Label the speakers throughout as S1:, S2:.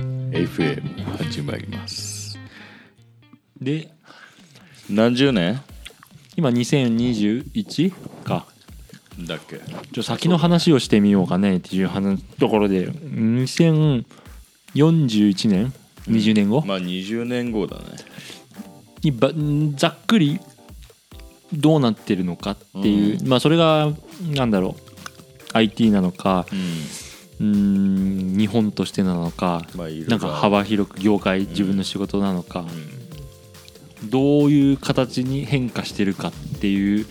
S1: FM 始まりますで
S2: 何十年
S1: 今2021か
S2: だっけ
S1: ちょ先の話をしてみようかねっていう話ところで2041年20年後
S2: まあ20年後だね
S1: にばざっくりどうなってるのかっていう、まあそれがなんだろう IT なのか
S2: うん
S1: うーん日本としてなのか、
S2: まあいろいろ
S1: なんか幅広く業界自分の仕事なのか、どういう形に変化してるかっていうち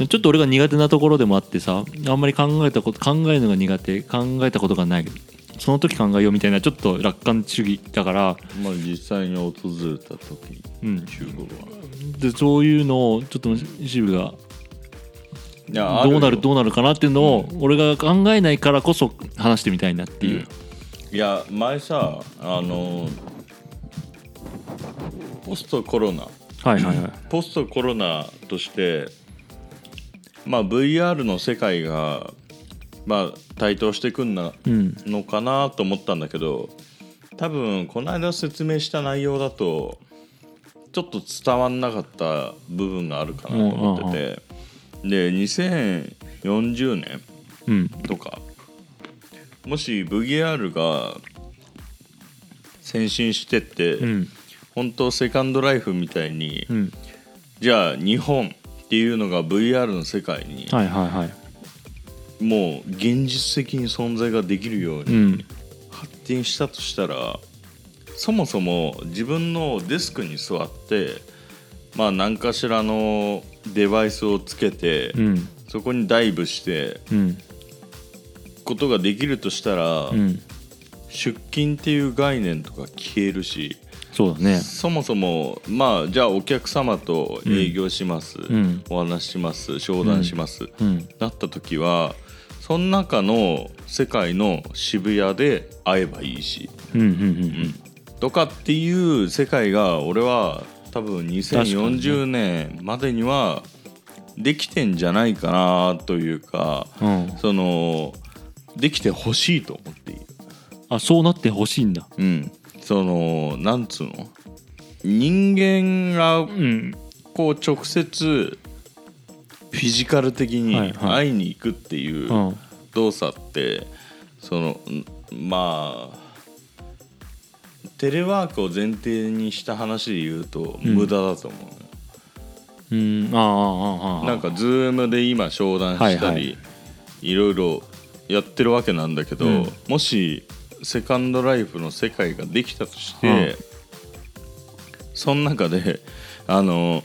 S1: ょっと俺が苦手なところでもあってさあんまり考えたこと考えるのが苦手考えたことがないその時考えようみたいなちょっと楽観主義だから、
S2: うんまあ実際に訪れた時
S1: うん、
S2: 中国は
S1: でそういうのをちょっとシブが
S2: い
S1: どうなる
S2: う
S1: どうなるかなっていうのを俺が考えないからこそ話してみたいなっていう、
S2: いや前さあのポストコロナ
S1: はいはいはい
S2: ポストコロナとしてまあ VR の世界がまあ台頭してくんな
S1: うん
S2: のかなと思ったんだけど多分この間説明した内容だとちょっと伝わんなかった部分があるかなと思っててで2040年
S1: うん
S2: とかもし VR が先進してって、
S1: うん
S2: 本当セカンドライフみたいに、
S1: うん
S2: じゃあ日本っていうのが VR の世界に
S1: はいはいはい
S2: もう現実的に存在ができるよう
S1: う
S2: に
S1: ん
S2: 発展したとしたらそもそも自分のデスクに座ってまあ何かしらのデバイスをつけて、
S1: うん
S2: そこにダイブして
S1: うん
S2: ことができるとしたら、
S1: うん
S2: 出勤っていう概念とか消えるし
S1: そうだね
S2: そもそもまあじゃあお客様と営業します、
S1: ん
S2: お話しします商談します、
S1: うん
S2: なった時はその中の世界の渋谷で会えばいいし、
S1: うんうんうん
S2: とかっていう世界が俺は多分2040年までにはできてんじゃないかなというか
S1: うんうん
S2: そのできてほしいと思っている。
S1: あそうなってほしいんだ
S2: うん、そのなんつうの人間が
S1: うん
S2: こう直接フィジカル的
S1: はい
S2: に
S1: は
S2: 会いに行くっていう
S1: うん
S2: 動作ってそのんまあテレワークを前提にした話で言うと
S1: うん
S2: 無駄だと思う、
S1: うんああああああ
S2: なんか Zoom で今商談したり、
S1: はい
S2: い
S1: はい
S2: ろいろやってるわけなんだけど、
S1: うん
S2: もしセカンドライフの世界ができたとして、
S1: うん
S2: その中であの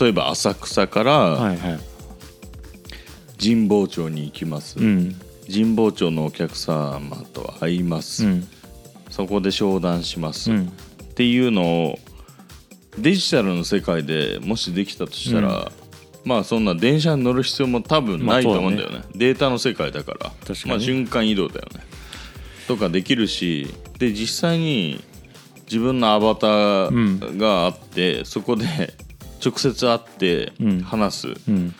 S2: 例えば浅草から
S1: はいはい
S2: 神保町に行きます、
S1: うん
S2: 神保町のお客様と会います、
S1: うん
S2: そこで商談します、
S1: う
S2: っ
S1: ん
S2: ていうのをデジタルの世界でもしできたとしたら、まあそんな電車に乗る必要も多分ないと思うんだよね,、データの世界だから
S1: かに
S2: まあ、瞬間移動だよねとかできるしで実際に自分のアバターがあって、そこで直接会って
S1: うん
S2: 話す、
S1: うん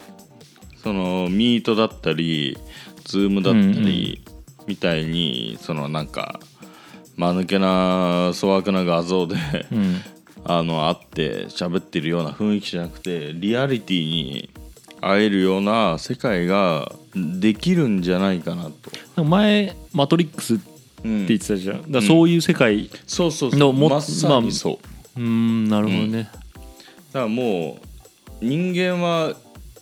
S2: そのミートだったりズームだったりみたいにそのなんか間抜けな粗悪な画像で
S1: うん
S2: あの会って喋ってるような雰囲気じゃなくてリアリティに会えるような世界ができるんじゃないかなと。
S1: なんか前「マトリックス」って
S2: うん
S1: 言ってたじゃん、だからそういう世界
S2: そうそうそ
S1: の
S2: う
S1: も
S2: まさにそう。
S1: うーんなるほどね、
S2: だからもう人間は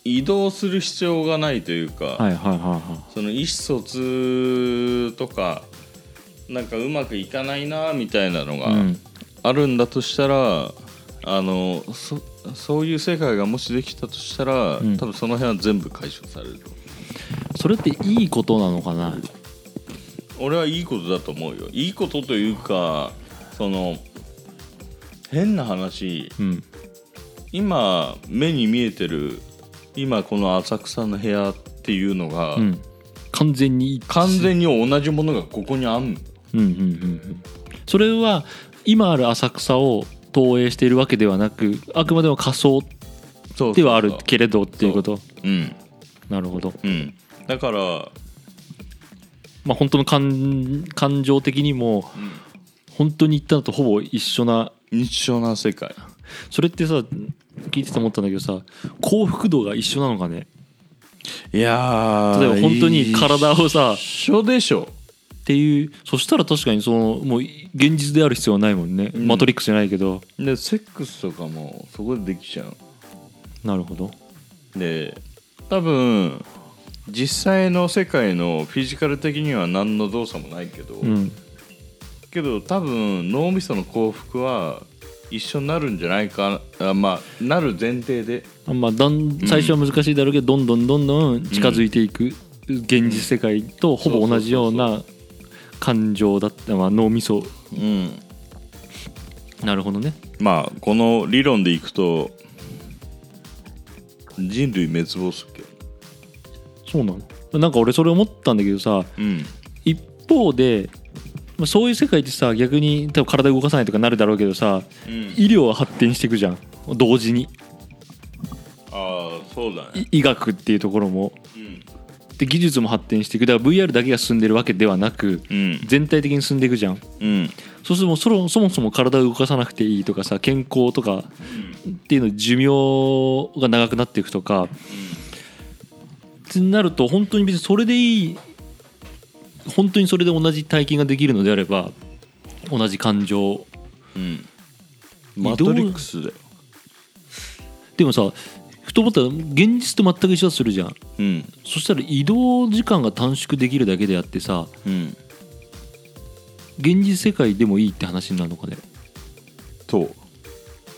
S2: 移動する必要がないというか、
S1: はいはいはいは
S2: その意思疎通とかなんかうまくいかないなみたいなの
S1: い、う
S2: が
S1: ん、
S2: あるんだとしたら、あのそそういう世界がもしできたとしたら、
S1: ん
S2: 多分その辺は全部解消される
S1: それっていいことなのかな
S2: 俺はいいことだと思うよいいことというかその変な話
S1: うん
S2: 今目に見えてる今この浅草の部屋っていうのが、
S1: うん完全に
S2: 完全に同じものがここにあんの
S1: うんうんうんうんそれは今ある浅草を投影しているわけではなくあくまでも仮想
S2: そうそうそう
S1: ではあるけれどっていうこと
S2: うん
S1: なるほど
S2: うん、だから、
S1: まあ本当の感感情的にも本当に行ったのとほぼ一緒な
S2: 一緒な世界
S1: それってさ聞いてて思ったんだけどさ幸福度が一緒なのかね
S2: いやー
S1: 例えば本当に体をさ
S2: 一緒でしょ
S1: っていうそしたら確かにそのもう現実である必要はないもんね、
S2: うん
S1: マトリックスじゃないけど
S2: でセックスとかもそこでできちゃう
S1: なるほど
S2: で多分実際の世界のフィジカル的には何の動作もないけど、
S1: うん
S2: けど多分脳みその幸福は一緒になるんじゃないかあまあなる前提で
S1: あまあだん最初は難しいだろうけどどんどんどんどん近づいていく現実世界とほぼ同じような感情だった、まあ、脳みそ
S2: うん
S1: なるほどね
S2: まあこの理論でいくと人類滅亡するけど
S1: そうなのなんか俺それ思ったんだけどさ
S2: うん
S1: 一方でまあそういう世界ってさ逆に多分体動かさないとかなるだろうけどさ医療は発展していくじゃん同時に
S2: ああそうだね
S1: い医学っていうところも
S2: うん
S1: で技術も発展していくだから VR だけが進んでるわけではなく
S2: うん
S1: 全体的に進んでいくじゃん
S2: うん
S1: そうするともうそろそもそも体を動かさなくていいとかさ健康とかっていうの寿命が長くなっていくとかってなると本当に別にそれでいい本当にそれで同じ体験ができるのであれば同じ感情
S2: うん
S1: 移動
S2: マトリックスだよ
S1: でもさふと思ったら現実と全く一緒だとするじゃん
S2: うん
S1: そしたら移動時間が短縮できるだけであってさ
S2: うん
S1: 現実世界でもいいって話になるのかね
S2: と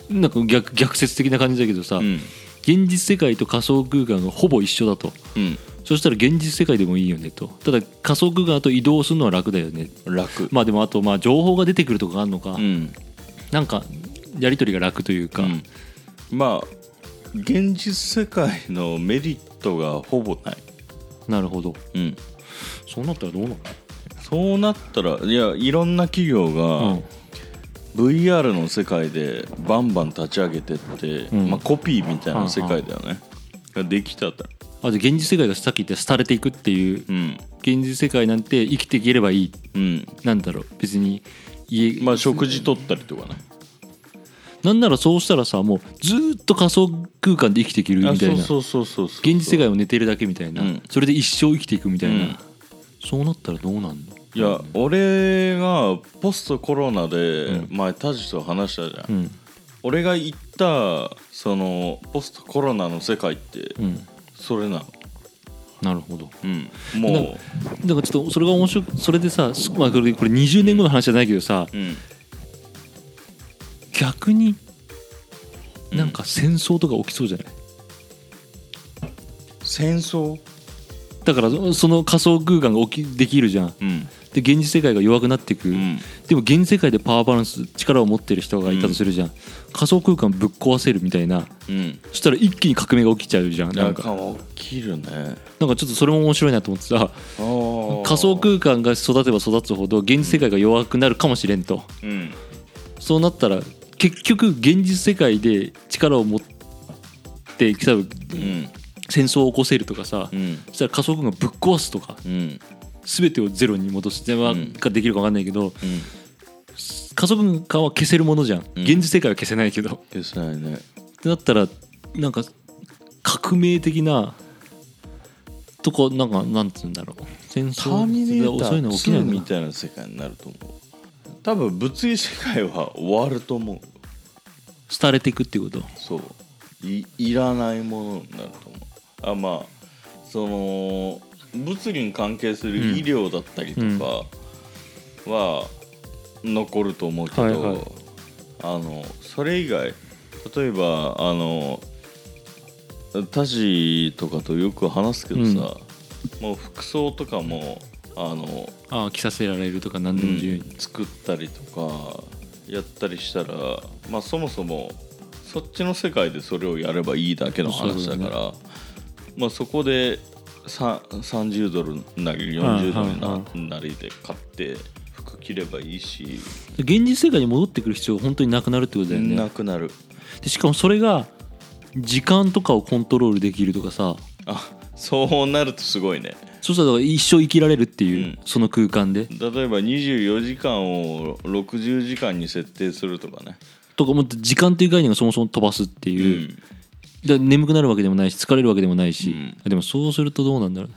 S1: なんか逆逆説的な感じだけどさ、
S2: うん
S1: 現実世界と仮想空間がほぼ一緒だと
S2: うん
S1: そしたら現実世界でもいいよねとただ仮想空間だと移動するのは楽だよね
S2: 楽
S1: まあでもあとまあ情報が出てくるとかがあるのか、
S2: うん
S1: なんかやり取りが楽というか、
S2: うんまあ現実世界のメリットがほぼない、
S1: なるほど
S2: うん、
S1: そうなったらどうなの
S2: そうなったらいやいろんな企業が VR の世界でバンバン立ち上げてって、
S1: ん
S2: まあ、コピーみたいな世界だよね、ができたら
S1: あじゃあ現実世界がさっき言った廃れていくっていう
S2: うん
S1: 現実世界なんて生きていければいい
S2: うん
S1: なんだろう別に家、
S2: まあ食事取ったりとかね
S1: なんならそうしたらさもうずーっと仮想空間で生きていけるみたい
S2: あ
S1: な
S2: そうそうそうそうそう
S1: 現実世界を寝てるだけみたいな、
S2: うん
S1: それで一生生きていくみたいな、
S2: うん
S1: そうなったらどうなんの
S2: いや俺がポストコロナで前タジと話したじゃん、
S1: うん
S2: 俺が行ったそのポストコロナの世界って
S1: うん
S2: それなの
S1: なるほど
S2: うんも
S1: だからちょっとそれが面白くそれでさ、すまあ、これこれ20年後の話じゃないけどさ
S2: う、うん、
S1: 逆に
S2: うん
S1: なんか戦争とか起きそうじゃない、
S2: 戦争
S1: だからそその仮想空間が起きできるじゃん
S2: うん
S1: で現実世界が弱くなっていく、
S2: うん
S1: でも現世界でパワーバランス力を持ってる人がいたとするじゃん、仮想空間ぶっ壊せるみたいな
S2: うん
S1: そしたら一気に革命が起きちゃうじゃんな
S2: なんん
S1: か
S2: か起きるね
S1: なんかちょっとそれも面白いなと思ってさ仮
S2: 仮
S1: 想空間が育てば育つほど現実世界が弱くなるかもしれんと、
S2: うん
S1: そうなったら結局現実世界で力を持って多分
S2: うん
S1: 戦争を起こせるとかさ、
S2: うん
S1: そしたら仮想空間ぶっ壊すとか
S2: うん
S1: 全てをゼロに戻す電話ができるか分かんないけど、
S2: うん
S1: 仮想空間は消せるものじゃん、
S2: うん
S1: 現実世界は消せないけど
S2: 消せないね
S1: ってなったらなんか革命的なとこなんかなんつうんだろう戦
S2: タ
S1: 争
S2: ーミネータ
S1: そういう
S2: ー
S1: の起きない
S2: 2
S1: の
S2: み
S1: か
S2: たいな世界になると思う多分物理世界は終わると思う
S1: 廃れていくってこと
S2: そういいらないものになると思うあまあその物理に関係する
S1: うん
S2: 医療だったりとかは残ると思うけど、
S1: はいはい
S2: あのそれ以外例えばあのタジとかとよく話すけどさ、もう服装とかもあの
S1: ああ着させられるとか何でも自由に、
S2: 作ったりとかやったりしたらまあそもそもそっちの世界でそれをやればいいだけの話だからまあそこでさ30ドルなり40ドル
S1: はいは
S2: ななりで買って服着ればいいし、
S1: 現実世界に戻ってくる必要が本当になくなるってことだよね
S2: なくなる
S1: でしかもそれが時間とかをコントロールできるとかさ
S2: あそうなるとすごいね
S1: そしたらだから一生生きられるっていう、
S2: うん
S1: その空間で
S2: 例えば24時間を60時間に設定するとかね、
S1: とかもって時間っていう概念がそもそも飛ばすって
S2: う
S1: いう、
S2: ん、
S1: だから眠くなるわけでもないし疲れるわけでもないし、
S2: うん
S1: でもそうするとどうなんだろうね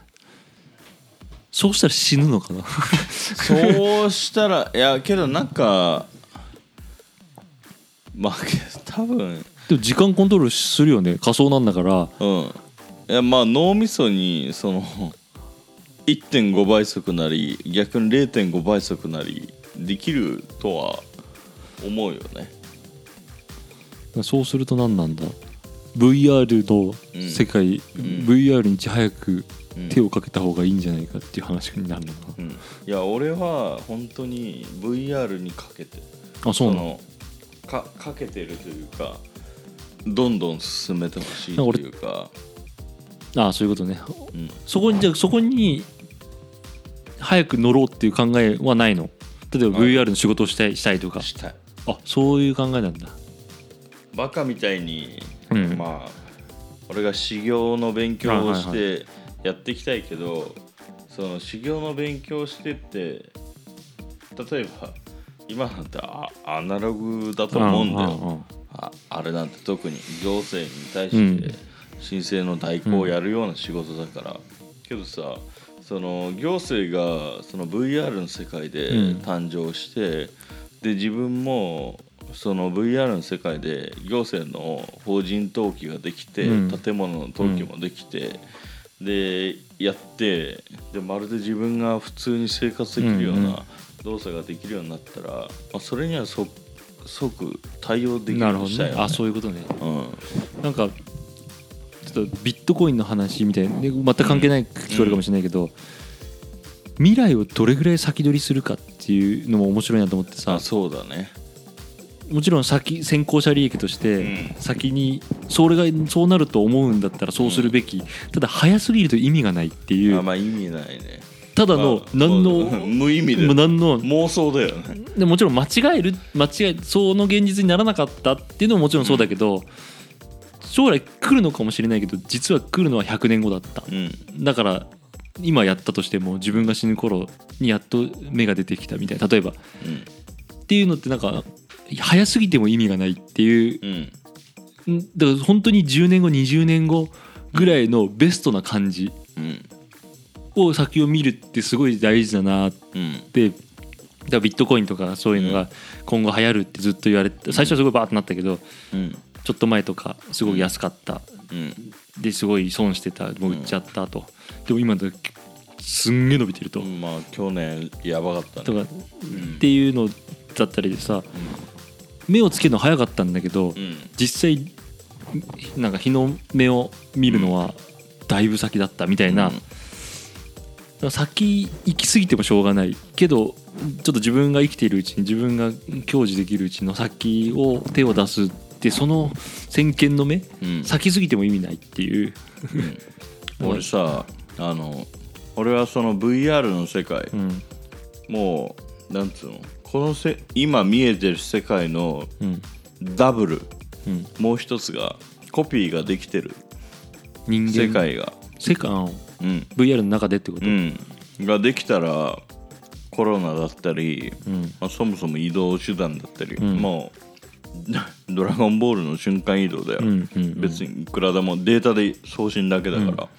S1: そうしたら死ぬのかな
S2: そうしたらいやけどなんかまあ多分
S1: でも時間コントロールするよね仮想なんだから
S2: うんいやまあ脳みそにその1.5倍速なり逆に0.5倍速なりできるとは思うよね
S1: そうすると何なんだ VR の世界、VR にいち早く手をかけた方がいいんじゃないかっていう話になるのかな、
S2: うんいや俺は本当に VR にかけて
S1: あそうなの
S2: のかかけてるというかどんどん進めてほしい
S1: なん
S2: と
S1: か俺
S2: いうか、
S1: あそういうことね
S2: うん、
S1: そこにじゃあそこに早く乗ろうっていう考えはないの例えば
S2: はい
S1: VR の仕事をしたいしたいとか
S2: したい
S1: あそういう考えなんだ
S2: バカみたいに、
S1: うん
S2: まあ俺が修行の勉強をし
S1: はい
S2: てやっていきたいけど、その修行の勉強をしてって例えば今なんてあアナログだと思うんだよああれなんて特に行政に対
S1: う
S2: して
S1: ん
S2: 申請の代行をやるような仕事だから、けどさその行政がその VR の世界で
S1: うん
S2: 誕生して、で自分もその VR の世界で行政の法人登記ができて、
S1: うん
S2: 建物の登記もできて、でやってでまるで自分が普通に生活できるよう
S1: うんうん
S2: な動作ができるようになったら、まあ、それには即即対応できる
S1: な
S2: よう
S1: るほ
S2: にし
S1: ど
S2: たいよ
S1: ね
S2: ね
S1: あそういうことね
S2: うん
S1: なんかちょっとビットコインの話みたいなで全く関係ない聞こえるかもしれないけど、未来をどれぐらい先取りするかっていうのも面白いなと思ってさ
S2: あそうだね
S1: もちろん先先行者利益として先にそれがそうなると思うんだったらそうするべき、ただ早すぎると意味がないってい
S2: あ
S1: う
S2: まあ意味ないね
S1: ただの
S2: まあ
S1: 何の、
S2: そうだね 無意味で
S1: もう何の
S2: 妄想だよね
S1: でもちろん間違える間違えその現実にならなかったっていうのももちろんそうだけど、将来来るのかもしれないけど実は来るのは100年後だった
S2: うん
S1: だから今やったとしても自分が死ぬ頃にやっと芽が出てきたみたいな例えばっ
S2: うん
S1: ていうのってなんか早すぎても意味がないっていう
S2: うん
S1: んだから本当に10年後20年後ぐらいのベストな感じ
S2: うん
S1: を先を見るってすごい大事だなっ
S2: うん
S1: てだからビットコインとかそういうの
S2: う
S1: が今後流行るってずっと言われて最初はすごいバーってなったけど
S2: うん
S1: ちょっと前とかすごい安かった
S2: うん
S1: ですごい損してたもう売っちゃったとでも今だとすんげえ伸びてると
S2: まあ去年やばかった
S1: と
S2: ね
S1: かっていうのだったりでさ目をつけるの早かったんだけど
S2: うん
S1: 実際なんか日の目を見るのはだいぶ先だったみたいな、
S2: うん
S1: だから先行き過ぎてもしょうがないけどちょっと自分が生きているうちに自分が享受できるうちの先を手を出すってその先見の目
S2: うん
S1: 先過ぎても意味ないっていう、
S2: 俺さあの俺はその VR の世界
S1: うん
S2: もうなんつうのこのせ今見えてる世界の
S1: うん
S2: ダブル
S1: うん、
S2: もう一つがコピーができてる
S1: 人間
S2: 世界が
S1: 世界あ
S2: うん
S1: VR の中でってこと、
S2: うん、ができたらコロナだったり、
S1: うん
S2: まあ、そもそも移動手段だったり、
S1: ん
S2: もう 「ドラゴンボール」の瞬間移動だよ、
S1: うんうんうん
S2: 別にいくらでもデータで送信だけだから、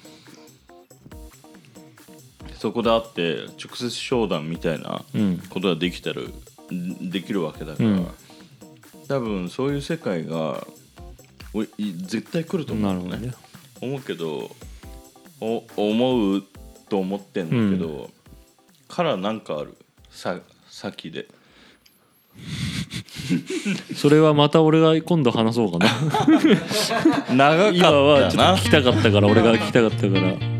S2: そこで会って直接商談みたいな
S1: うん
S2: ことができたる、できるわけだから、
S1: うん
S2: 多分そういう世界がおい絶対来ると思
S1: な
S2: う
S1: る
S2: の
S1: ほどね
S2: 思うけどお思うと思ってんだけど、からなんかあるさ先で
S1: それはまた俺が今度 話そうかな
S2: 長
S1: 今はちょっと聞きたかったから俺が聞きたかったから